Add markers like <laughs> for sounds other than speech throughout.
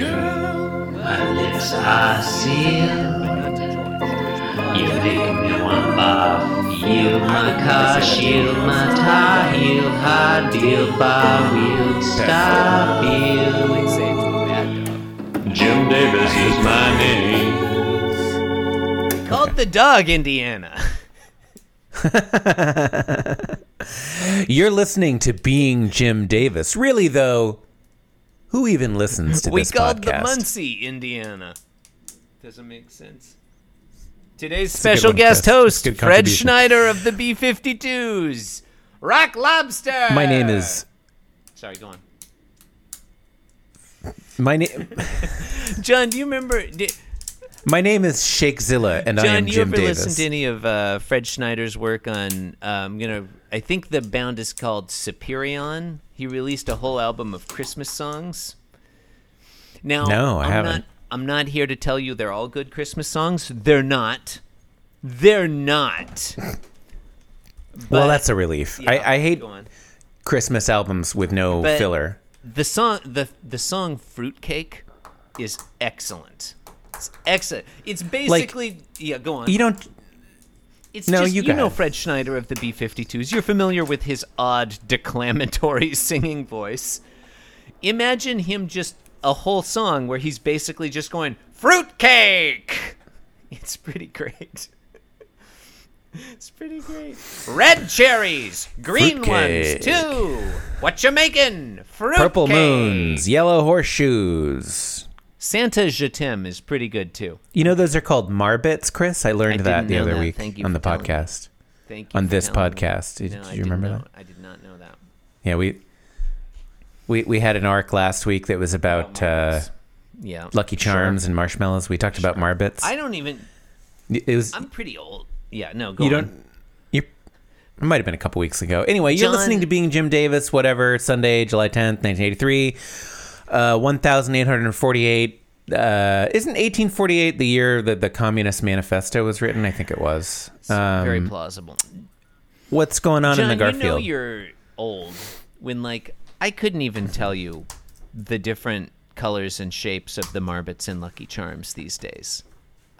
Girl, my lips are sealed. You make me want to You my car, shield my tie heel, high deal, bar wheel, stop you. I'd say it's bad dog. Jim Davis is my name. Called the dog Indiana. <laughs> You're listening to Being Jim Davis. Really, though, who even listens to we this called the podcast? Muncie Indiana. Doesn't make sense. Today's a good special one, guest Chris. It's host, a good Fred contribution. Schneider of the B 52s, Rock Lobster. My name is Sorry, go on. my name. John, do you remember? Did, My name is Shakezilla, and I John, am you Jim ever Davis. listen to any of uh, Fred Schneider's work on? Uh, I'm gonna. I think the band is called Superion. He released a whole album of Christmas songs. Now, No, I am haven't. Not, I'm not here to tell you they're all good Christmas songs. They're not. They're <laughs> not. well, but- that's a relief. I, I hate Go on. Christmas albums with no But- filler. the song the the song fruitcake is excellent it's excellent it's basically yeah go on You don't. it's no, just, you you, go know ahead. fred schneider of the b-52s you're familiar with his odd <laughs> declamatory singing voice imagine him just a whole song where he's basically just going fruitcake <laughs> it's pretty great <laughs> it's pretty great red cherries green Fruitcake. ones too what you making fruitcake Purple moons, yellow horseshoes. Santa Je t'aime is pretty good too. You know those are called marbits, Chris. I learned I that didn't the know other that. week Thank you on for the telling me. podcast. Thank you On for this telling me. podcast, did, No, did I you didn't remember know- that? I did not know that. Yeah, we we we had an arc last week that was about Oh, uh, Yeah. Lucky Charms and marshmallows. We talked about marbits. I don't even. it was I'm pretty old. Yeah. No. Go you on. don't. You it might have been a couple weeks ago. Anyway, you're John- listening to Being Jim Davis, whatever. Sunday, July 10th, 1983. Uh, 1,848. Uh, isn't 1848 the year that the Communist Manifesto was written? I think it was. Um, Very plausible. what's going on in John, the Garfield? you know you're old when like I couldn't even tell you the different colors and shapes of the marbits and Lucky Charms these days.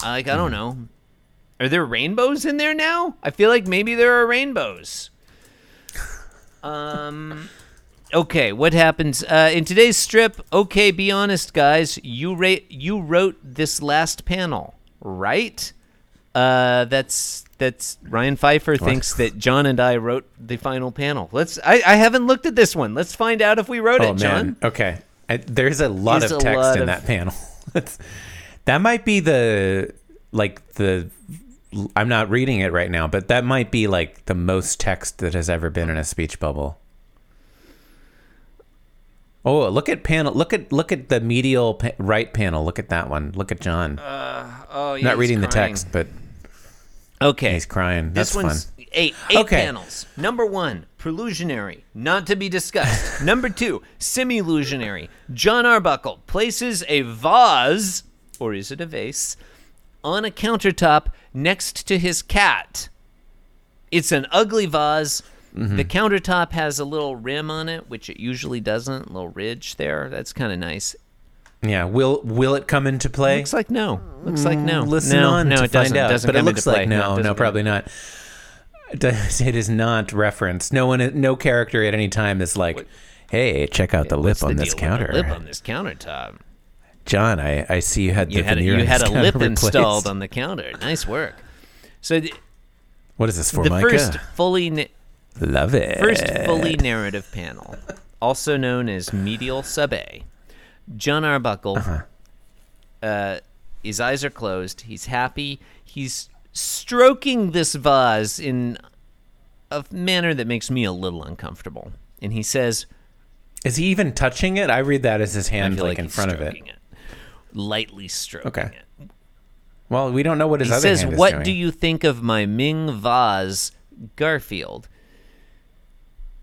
I- Like I don't Mm-hmm. know. Are there rainbows in there now? I feel like maybe there <laughs> are rainbows. Um okay, what happens uh, in today's strip? Okay, be honest guys, you ra- you wrote this last panel, right? Uh, that's that's Ryan Pfeiffer thinks that John and I wrote the final panel. Let's. I, I haven't looked at this one. Let's find out if we wrote oh, man. it, John. Okay. I, there's a lot There's of a text lot in of- that panel. <laughs> That's- that might be the, like, the. I'm not reading it right now, but that might be like the most text that has ever been in a speech bubble. Oh, look at panel. Look at look at the medial pa- right panel. Look at that one. Look at John. Oh, yeah, not he's reading the crying. text, but Okay, he's crying. This That's fun. one's eight eight Okay. panels. Number one, prelusionary, not to <laughs> be discussed. Number two, semilusionary. John Arbuckle places a vase, or is it a vase, on a countertop next to his cat. It's an ugly vase. Mm-hmm. The countertop has a little rim on it, which it usually doesn't. A little ridge there. That's kind of nice. Yeah. Will will it come into play? Looks like no. Looks like no. Mm, listen no, on no, to it find doesn't. out. doesn't but it come into looks play. like no, it no, doesn't come- probably not. It does- <laughs> it is not referenced. No one, no character at any time is like, "Hey, check out the What's lip the on this deal with the counter." Lip on this countertop. John, I, I see you had You the had a, veneer you on <laughs> had this a lip counter installed replaced. on the counter. Nice work. So the, <laughs> What is this for, the Micah? Eh. first fully na- Love it. first fully narrative panel, also known as medial sub A, John Arbuckle. Uh-huh. uh his eyes are closed. He's happy. He's stroking this vase in a manner that makes me a little uncomfortable. And he says, is he even touching it? I read that as his "I hand feel like, like, in he's front of it. stroking lightly stroking Okay. it." Well, we don't know what his He other says, hand is "What doing. do you think of my Ming Vaz Garfield?"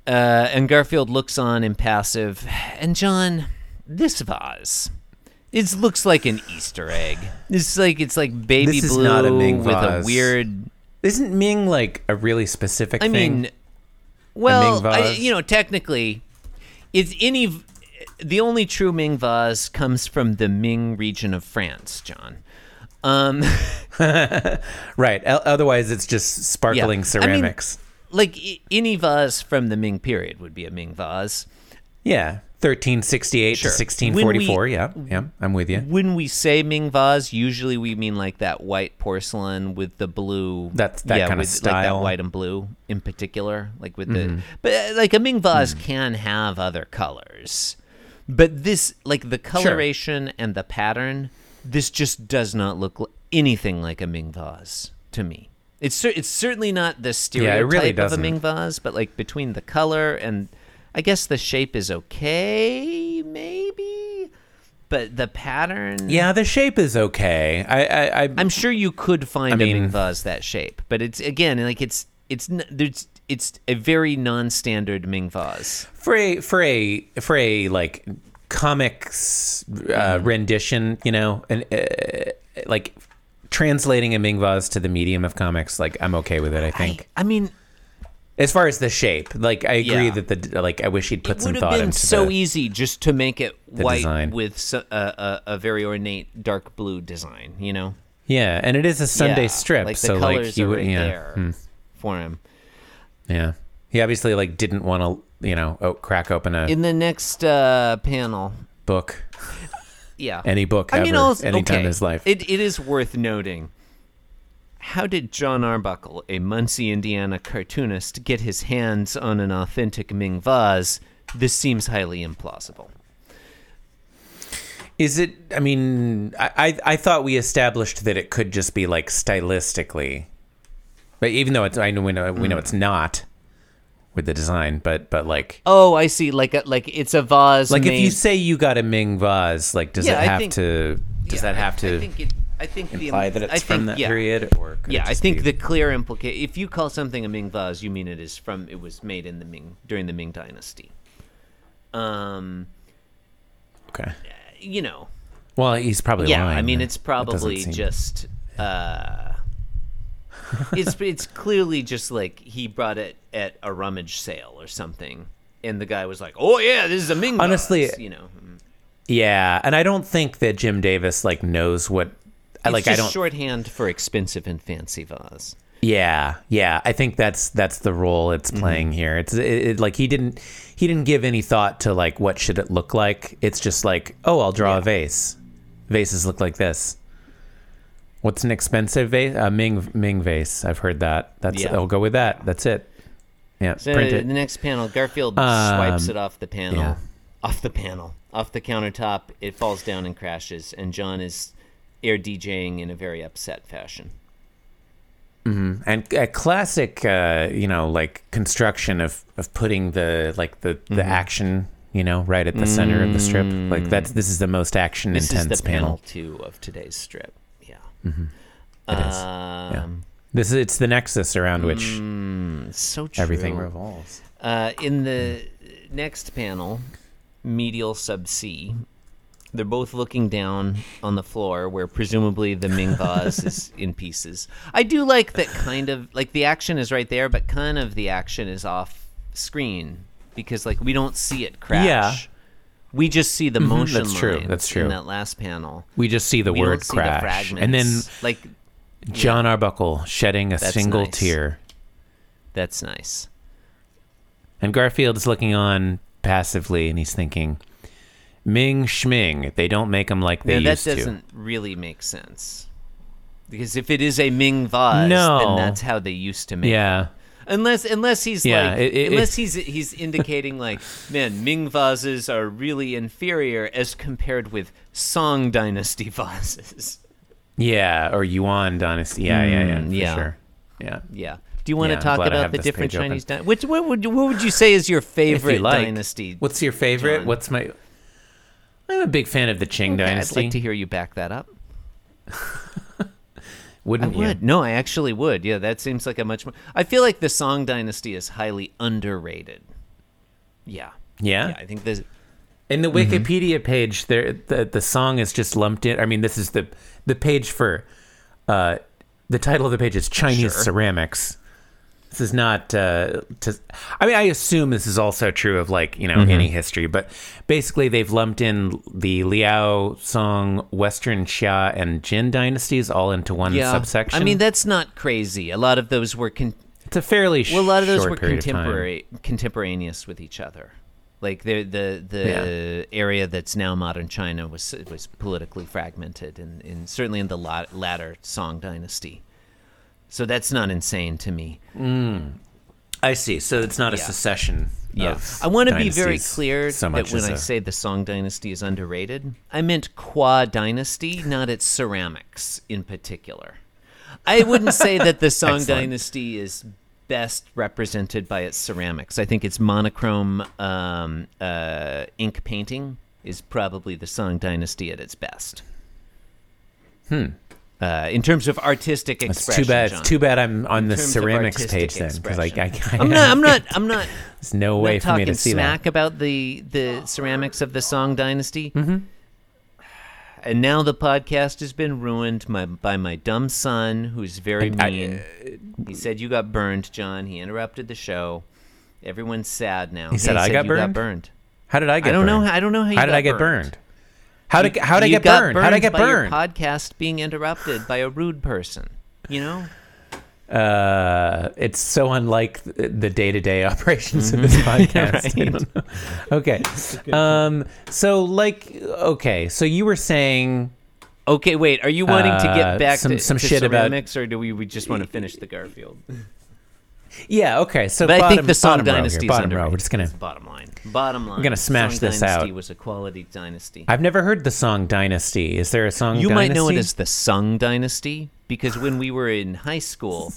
Uh, and Garfield looks on impassive, and John, this vase, it looks like an Easter egg. It's like it's like baby This is blue not a Ming with vase. a weird. Isn't Ming like a really specific I thing? mean, well, I, vase? you know, technically, it's any. v- the only true Ming vase comes from the Ming region of France, John. Um, Right. O- otherwise, it's just Yeah. sparkling I mean, ceramics. like i- any vase from the Ming period would be a Ming vase. yeah. 1368 Sure. to 1644. When we- yeah. Yeah. I'm with you. When we say Ming vase, usually we mean like that white porcelain with the blue. That's- that yeah, kind of with, Like that style. Mm-hmm. white and blue in particular, like with the. But uh, like a Ming vase Mm. can have other colors, but this like the coloration and the pattern. This just does not look li- anything like a Ming vase to me. It's cer- it's certainly not the it stereotype really of a doesn't. Ming vase, but like between the color and I guess the shape is okay, maybe. But the pattern, Yeah. The shape is okay. I, I, I I'm sure you could find a Ming mean- vase that shape, but it's again like it's it's n- there's it's a very non-standard Ming vase. for a for a for a like comics uh, Mm-hmm. rendition, you know, and uh, like translating a Mingvas to the medium of comics, like I'm okay with it. I I, think I mean, as far as the shape, like I agree Yeah. that the like I wish he'd put it some would thought have been into so e the, easy just to make it white design. with so, uh, a, a very ornate dark blue design. You know. yeah, and it is a Sunday Yeah, strip, Like the so colors like you are would right yeah hmm. there for him. yeah. He obviously like didn't want to you know o- crack open a In the next uh, panel, book, yeah, any book I ever, mean, also, any time okay, in his life. It it is worth noting. How did John Arbuckle, a Muncie, Indiana cartoonist, get his hands on an authentic Ming vase? This seems highly implausible. Is it? I mean, I, I I thought we established that it could just be like stylistically, but even though it's I know we know we know it's not with the design, but but like Oh, I see. Like a, like it's a vase. like if you made- say you got a Ming vase, like does Yeah, I it have think- to? Does Yeah, that have I to think it, I think the- imply that it's I from think- that yeah. period? Or could it Yeah, I just think be- the clear implication. If you call something a Ming vase, you mean it is from. It was made in the Ming during the Ming Dynasty. Um, okay. you know. Well, he's probably Yeah, lying, I mean then. it's That doesn't probably seem- just. Uh, <laughs> it's it's clearly just like he brought it at a rummage sale or something, and the guy was like, "Oh yeah, this is a Ming." Honestly, vase," you know, yeah, and I don't think that Jim Davis like knows what. I it's like just I don't shorthand for expensive and fancy vase. Yeah, yeah. I think that's that's the role it's Mm-hmm. playing here. It's it, it, like he didn't he didn't give any thought to like what should it look like. It's just like oh, I'll draw a vase. Vases look like this. What's an expensive vase? A Ming Ming vase. I've heard that. That's Yeah. I'll go with that. That's it. Yeah, So print the it. next panel, Garfield Um, swipes it off the panel, yeah. off the panel, off the countertop. It falls down and crashes, and John is air DJing in a very upset fashion. And a classic, uh, you know, like construction of of putting the like the Mm-hmm. the action, you know, right at the center of the strip. Like that's this is the most action Mm. This intense is the panel. Hmm. panel. two of today's strip. Yeah. It is. Um, Mm, This is it's the nexus around which it's so true. everything revolves. Uh, in the next panel, medial sub C, they're both looking down on the floor where presumably the Ming <laughs> vase is in pieces. I do like that kind of like the action is right there, but kind of the action is off screen because like we don't see it crash. Yeah. Mm-hmm. We just see the motion that's true, lines that's true. in that last panel. We just see the We word don't see the crash, fragments. and then like John Arbuckle shedding a single nice. tear, that's nice. and Garfield is looking on passively, and he's thinking, "Ming Schming, they don't make them like they Now, that used to." doesn't really make sense. Because if it is a Ming vase, then No. that's how they used to make it. Yeah, Unless unless he's Yeah, like it- it- unless he's he's indicating like, man, Ming vases are really inferior as compared with Song Dynasty <laughs> vases. yeah, or Yuan dynasty. Yeah, yeah, yeah, Mm, for yeah. sure. Yeah, Yeah. Do you want Yeah, to I'm talk glad I about have the this different page open. Chinese dynasty? Which what would you, what would you say is your if favorite you like, dynasty? what's your favorite? John? What's my? I'm a big fan of the Qing Okay, dynasty. I'd like to hear you back that up. I Wouldn't you? would. No, I actually would. Yeah, that seems like a much more. I feel like the Song Dynasty is highly underrated. Yeah. Yeah? Yeah, I think this. In the Mm-hmm. Wikipedia page, there the, the song is just lumped in. I mean, this is the the page for uh, the title of the page is Chinese Sure. ceramics. This is not uh, to. I mean, I assume this is also true of like you know Mm-hmm. any history, but basically they've lumped in the Liao, Song, Western Xia, and Jin dynasties all into one subsection. I mean, that's not crazy. A lot of those were con- it's a fairly well, a lot of those short were period of time. contemporary, contemporaneous with each other. Like the the the area that's now modern China was was politically fragmented, and, and certainly in the la- latter Song Dynasty. So that's not insane to me. I see. So it's not a Yeah. secession. Yeah. of I want to be very dynasties clear so that much when as I a- say the Song Dynasty is underrated, I meant Qua Dynasty, not its ceramics in particular. I wouldn't say <laughs> that the Song Excellent. Dynasty is best represented by its ceramics. I think its monochrome um, uh, ink painting is probably the Song Dynasty at its best. Hmm. Uh, in terms of artistic it's expression, too bad. John. It's too bad I'm on the terms of ceramics artistic page then, because I, I, I, <laughs> I'm not. I'm not. I'm not. There's no not way for me talking to see that. smack about the the ceramics of the Song Dynasty. Mm-hmm. And now the podcast has been ruined my, by my dumb son, who's very I- mean. he said you got burned, John. He interrupted the show. Everyone's sad now. He, said I got you burned? How did I get? I don't know. burned? How, I don't know how. You How did got I get burned. burned? How did how did I You get got burned? How did I get by your burned? podcast being interrupted by a rude person. You know. Uh, it's so unlike th- the day to day <laughs> operations of Mm-hmm. <laughs> this podcast. <laughs> I don't know. okay. Um. So like, okay. So you were saying Okay, wait. Are you wanting to Uh, get back some- to some to shit about- ceramics, or do we, we just want to finish the Garfield? Yeah. Okay. So But I bottom- think the Song bottom row here, Dynasty is Bottom underrated. row. We're just gonna. That's the bottom line. Bottom line. I'm gonna smash Song this dynasty out. Was a quality dynasty. I've never heard the song Dynasty. Is there a song? you might know it Dynasty? as the Sung Dynasty because when we were in high school,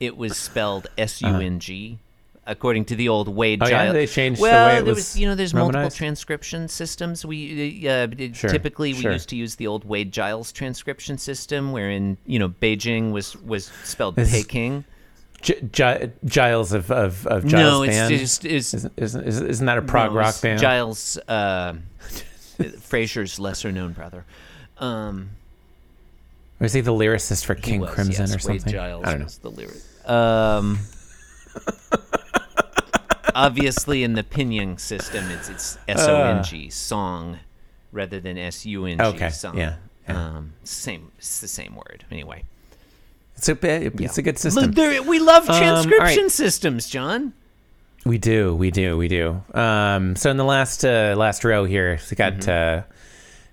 it was spelled S U N G. According to the old Wade Oh, yeah? Giles, They changed the way well, it there was you know, there's romanized? multiple transcription systems. We uh, it- Sure, typically sure. we used to use the old Wade Giles transcription system, wherein you know Beijing was was spelled This- Peking. G- G- Giles of of, of Giles no, it's band. just it's isn't, isn't, isn't isn't that a prog No, rock it's band? Giles uh, Fraser's lesser known brother. Um, Or is he the lyricist for he King was, Crimson yes, or something? Wade Giles I don't know. was the lyric. Um, obviously, in the pinyin system, it's it's S O N G song rather than S U N G Uh. Okay, song. yeah, yeah. Um, same, it's the same word anyway. It's a bit- it's a good Look, system. Um, there- we love all right. transcription systems, John. We do, we do, we do. Um, so in the last uh, last row here, we got uh,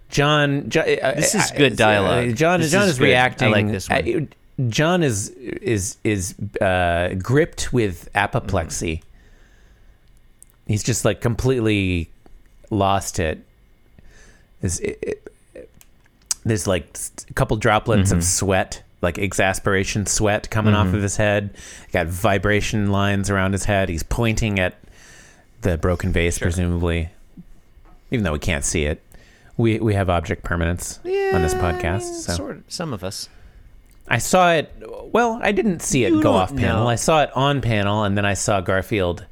John, Jo- uh, Mm-hmm. This is uh, good dialogue. uh, John, This John is is, good. I reacting. like this one. I- John is is is uh, gripped with apoplexy. Mm-hmm. He's just like completely lost it. There's, it, it- there's like s- a couple droplets Mm-hmm. of sweat, like exasperation sweat coming off of his head. got vibration lines around his head. He's pointing at the broken vase, presumably, even though we can't see it. We we have object permanence on this Yeah, podcast. I mean, so sort of- some of us. I saw it. Well, I didn't see it You go don't off panel. know. I saw it on panel, and then I saw Garfield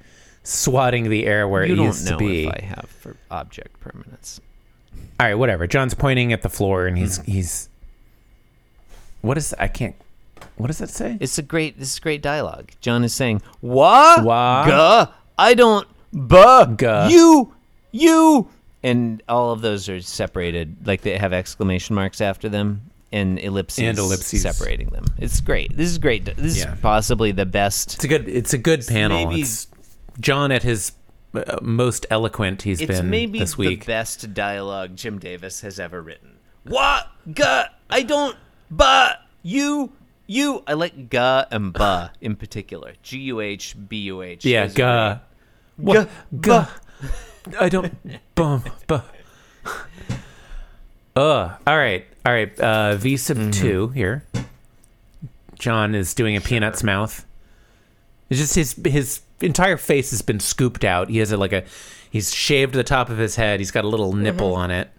swatting the air where You it don't used know to be. if I have for object permanence. All right, whatever. John's pointing at the floor, and he's he's. What is I can't. What does that say? It's a great. This is great dialogue. John is saying, "Wah, Wah. guh, I don't, buh, Guh. you, you," and all of those are separated. Like they have exclamation marks after them and ellipses, And ellipses. separating them. It's great. This is great. This Yeah. is possibly the best. It's a good. It's a good panel. maybe- it's John at his uh, most eloquent he's It's been maybe this week. the best dialogue Jim Davis has ever written. Wah, guh, I don't, buh, you. You, I like guh and buh in particular. G U H B U H. yeah, Those are guh. Wha- guh. I don't. <laughs> bum. Buh. Ugh. All right. All right. Uh, v sub Mm-hmm. two here. John is doing a peanut's mouth. It's just his his entire face has been scooped out. He has a, like a he's shaved the top of his head. He's got a little Mm-hmm. nipple on it.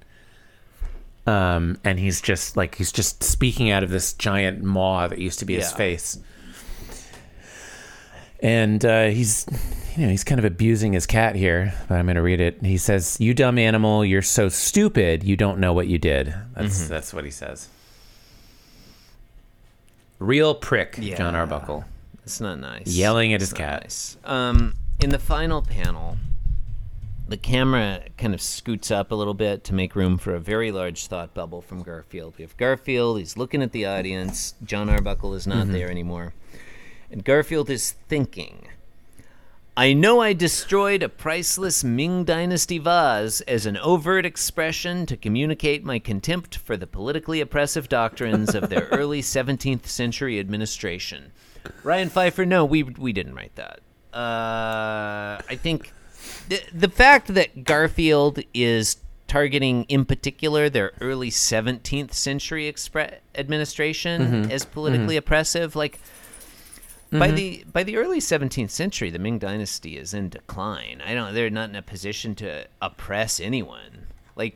Um, and he's just like he's just speaking out of this giant maw that used to be his Yeah. face. And uh, he's you know he's kind of abusing his cat here, but I'm going to read it. He says, "You dumb animal, you're so stupid. You don't know what you did." Mm-hmm. That's that's what he says. Real prick, Yeah. John Arbuckle. It's not nice. Yelling at his It's not cat. nice. Um, in the final panel, the camera kind of scoots up a little bit to make room for a very large thought bubble from Garfield. We have Garfield. He's looking at the audience. John Arbuckle is Mm-hmm. not there anymore, and Garfield is thinking. I know I destroyed a priceless Ming Dynasty vase as an overt expression to communicate my contempt for the politically oppressive doctrines of their early 17th century administration. Ryan Pfeiffer, no, we, we didn't write that. Uh, I think the, the fact that Garfield is targeting, in particular, their early 17th century expre- administration as politically oppressive, like. By the by the early 17th century, the Ming dynasty is in decline. I don't. They're not in a position to oppress anyone. Like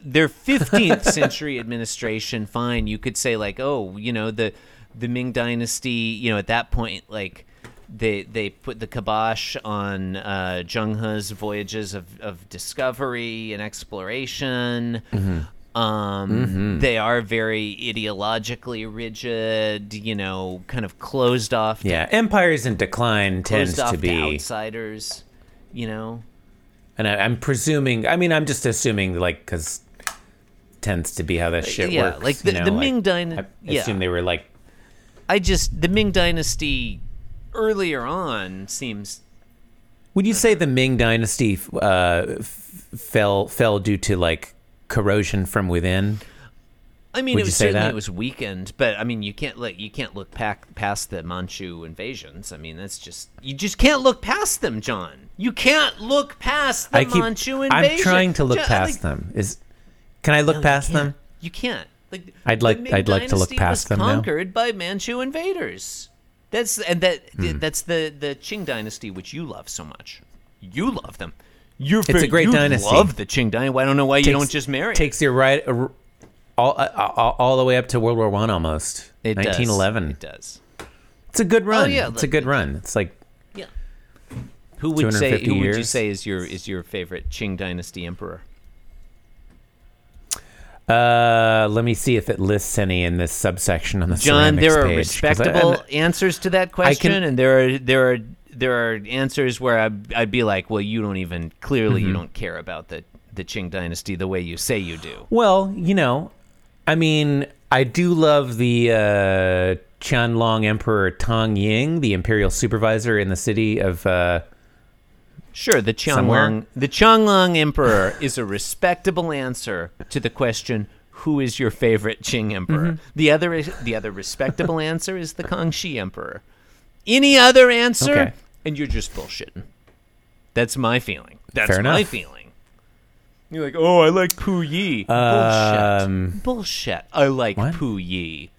their 15th century administration, fine. You could say like, oh, you know, the the Ming dynasty. You know, at that point, like they they put the kibosh on uh, Zheng He's voyages of of discovery and exploration. Um, They are very ideologically rigid, you know, kind of closed off to, Yeah, empires in decline tends closed off to to, be, outsiders, you know. and I, I'm presuming. I mean, I'm just assuming, like, because tends to be how that shit yeah, works. like the- you know, the Ming dyna- I yeah. assume they were like, I just the Ming dynasty earlier on seems Would you Mm-hmm. say the Ming Dynasty f- uh, f- fell fell due to like corrosion from within? I mean, Would it you was say certainly that? it was weakened, but I mean, you can't like you can't look pack, past the Manchu invasions. I mean, that's just you just can't look past them, John. You can't look past the I keep. Manchu invasion. I'm trying to look John, past like, them. Is can I look past can't. them? You can't. Like I'd the like- Ming I'd like to look dynasty past was them now. Conquered by Manchu invaders. That's and that Hmm. that's the the Qing dynasty which you love so much. You love them. You're it's a great you dynasty. Love the Qing dynasty. I don't know why you Takes- don't just marry. it. Takes you right uh, all, uh, all all the way up to World War One almost. It does. 1911. It does. It's a good run. yeah, it's a look, good run. It's like Yeah. Who would say? 250 Who would you years? say is your is your favorite Qing dynasty emperor? uh, let me see if it lists any in this subsection on the John, there are ceramics page, 'cause I- respectable and- answers to that question, and there are there are there are answers where I'd, I'd be like, well, you don't even clearly Mm-hmm. you don't care about the the Qing dynasty the way you say you do. Well, you know, I mean, I do love the uh, Qianlong Emperor Tang Ying, the imperial supervisor in the city of. Uh, Sure, the Qianlong Somewhere. the Qianlong emperor <laughs> is a respectable answer to the question. Who is your favorite Qing emperor? Mm-hmm. The other is, the <laughs> other respectable answer is the Kangxi emperor. Any other answer, Okay. and you're just bullshitting. That's my feeling. That's Fair my enough. feeling. You're like, oh, I like Pu Yi. Um, Bullshit. Bullshit. I like what? Pu Yi.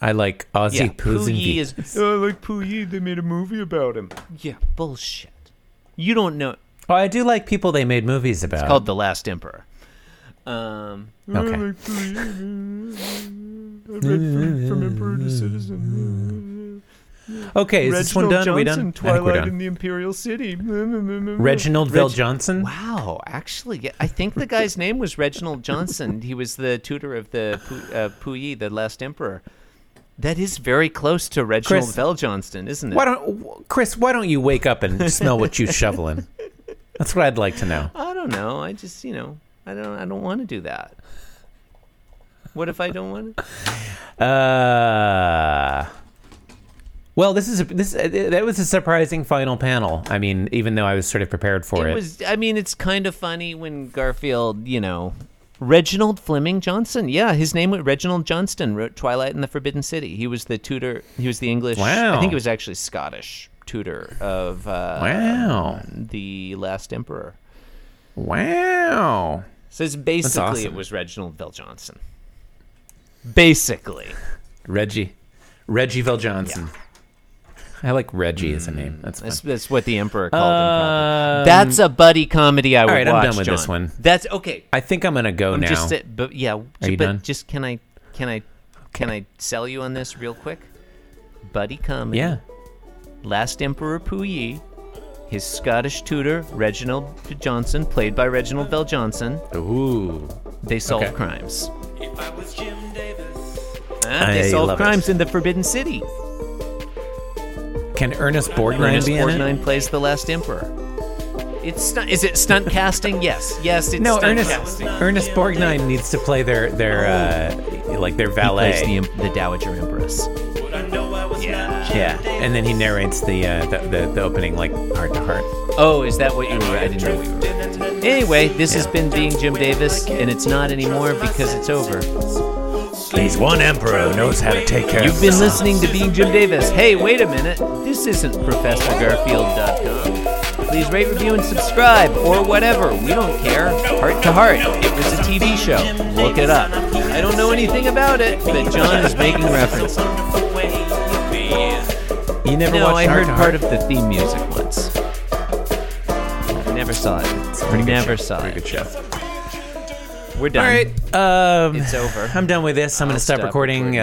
I like Aussie Yeah, Poos Pu and Yi Bees. is. Oh, I like Pu Yi. They made a movie about him. Yeah, bullshit. You don't know. Oh, I do like people they made movies about. called The Last Emperor. Um, okay. from emperor to citizen. Okay, is this one done? Are we done? I think we're Twilight in done. the Imperial City. <laughs> Reginald Vell Johnson. wow, actually, yeah, I think the guy's name was Reginald Johnson. He was the tutor of the Pu- uh, Puyi, the Last Emperor. That is very close to Reginald Chris- Vell Johnston, isn't it? Why don't w- Chris? Why don't you wake up and smell what you <laughs> shoveling? That's what I'd like to know. I don't know. I just, you know, I don't, I don't want to do that. What if I don't want to? Uh, well, this is a, this uh, that was a surprising final panel. I mean, even though I was sort of prepared for it, It was. I mean, it's kind of funny when Garfield, you know, Reginald Fleming Johnson. Yeah, his name was Reginald Johnston. Wrote Twilight and the Forbidden City. He was the tutor. He was the English. I Wow. think he was actually Scottish tutor of uh, wow, the Last Emperor. wow. So it's basically it awesome. was Reginald Bell Johnson. Basically, Reggie, Reggie Vell Johnson. I like Reggie as a name. That's fun. that's, that's what the Emperor called him. Probably. Um, That's a buddy comedy I would right, I'm watch. done with John. this one. That's okay. I think I'm gonna go I'm now. just saying- but yeah, ju- you but done? just can I can I can I sell you on this real quick? Buddy comedy. yeah, Last Emperor Puyi, his Scottish tutor Reginald Johnson, played by Reginald Bell Johnson. ooh, They solve Okay. crimes. If I was Jim Davis, I that. They I solve love it. crimes in the Forbidden City. Can Ernest Borgnine Ernest be in it? Borgnine plays the Last Emperor. It's stunt, is it stunt casting? Yes, yes. It's No, stunt Ernest casting. Ernest Borgnine needs to play their their uh, like their valet. He plays the, the Dowager Empress. Yeah. yeah, and then he narrates the uh, the, the the opening like heart to heart. Oh, is that what you were? I didn't know what you were. Anyway, this has been being Jim Davis, and it's not anymore because it's over. He's one emperor knows how to take care. You've been listening to Being Jim Davis. Hey, wait a minute. This isn't ProfessorGarfield.com. Please rate, review, and subscribe, or whatever. We don't care. Heart to heart. It was a TV show. Look it up. I don't know anything about it, but John is making reference. You never No, watched I Heart heard to part Heart? of the theme music once. I never saw it. never saw Pretty it. good show. We're done. All right, um, It's over. I'm done with this. I'm I'll gonna stop, stop recording. Uh,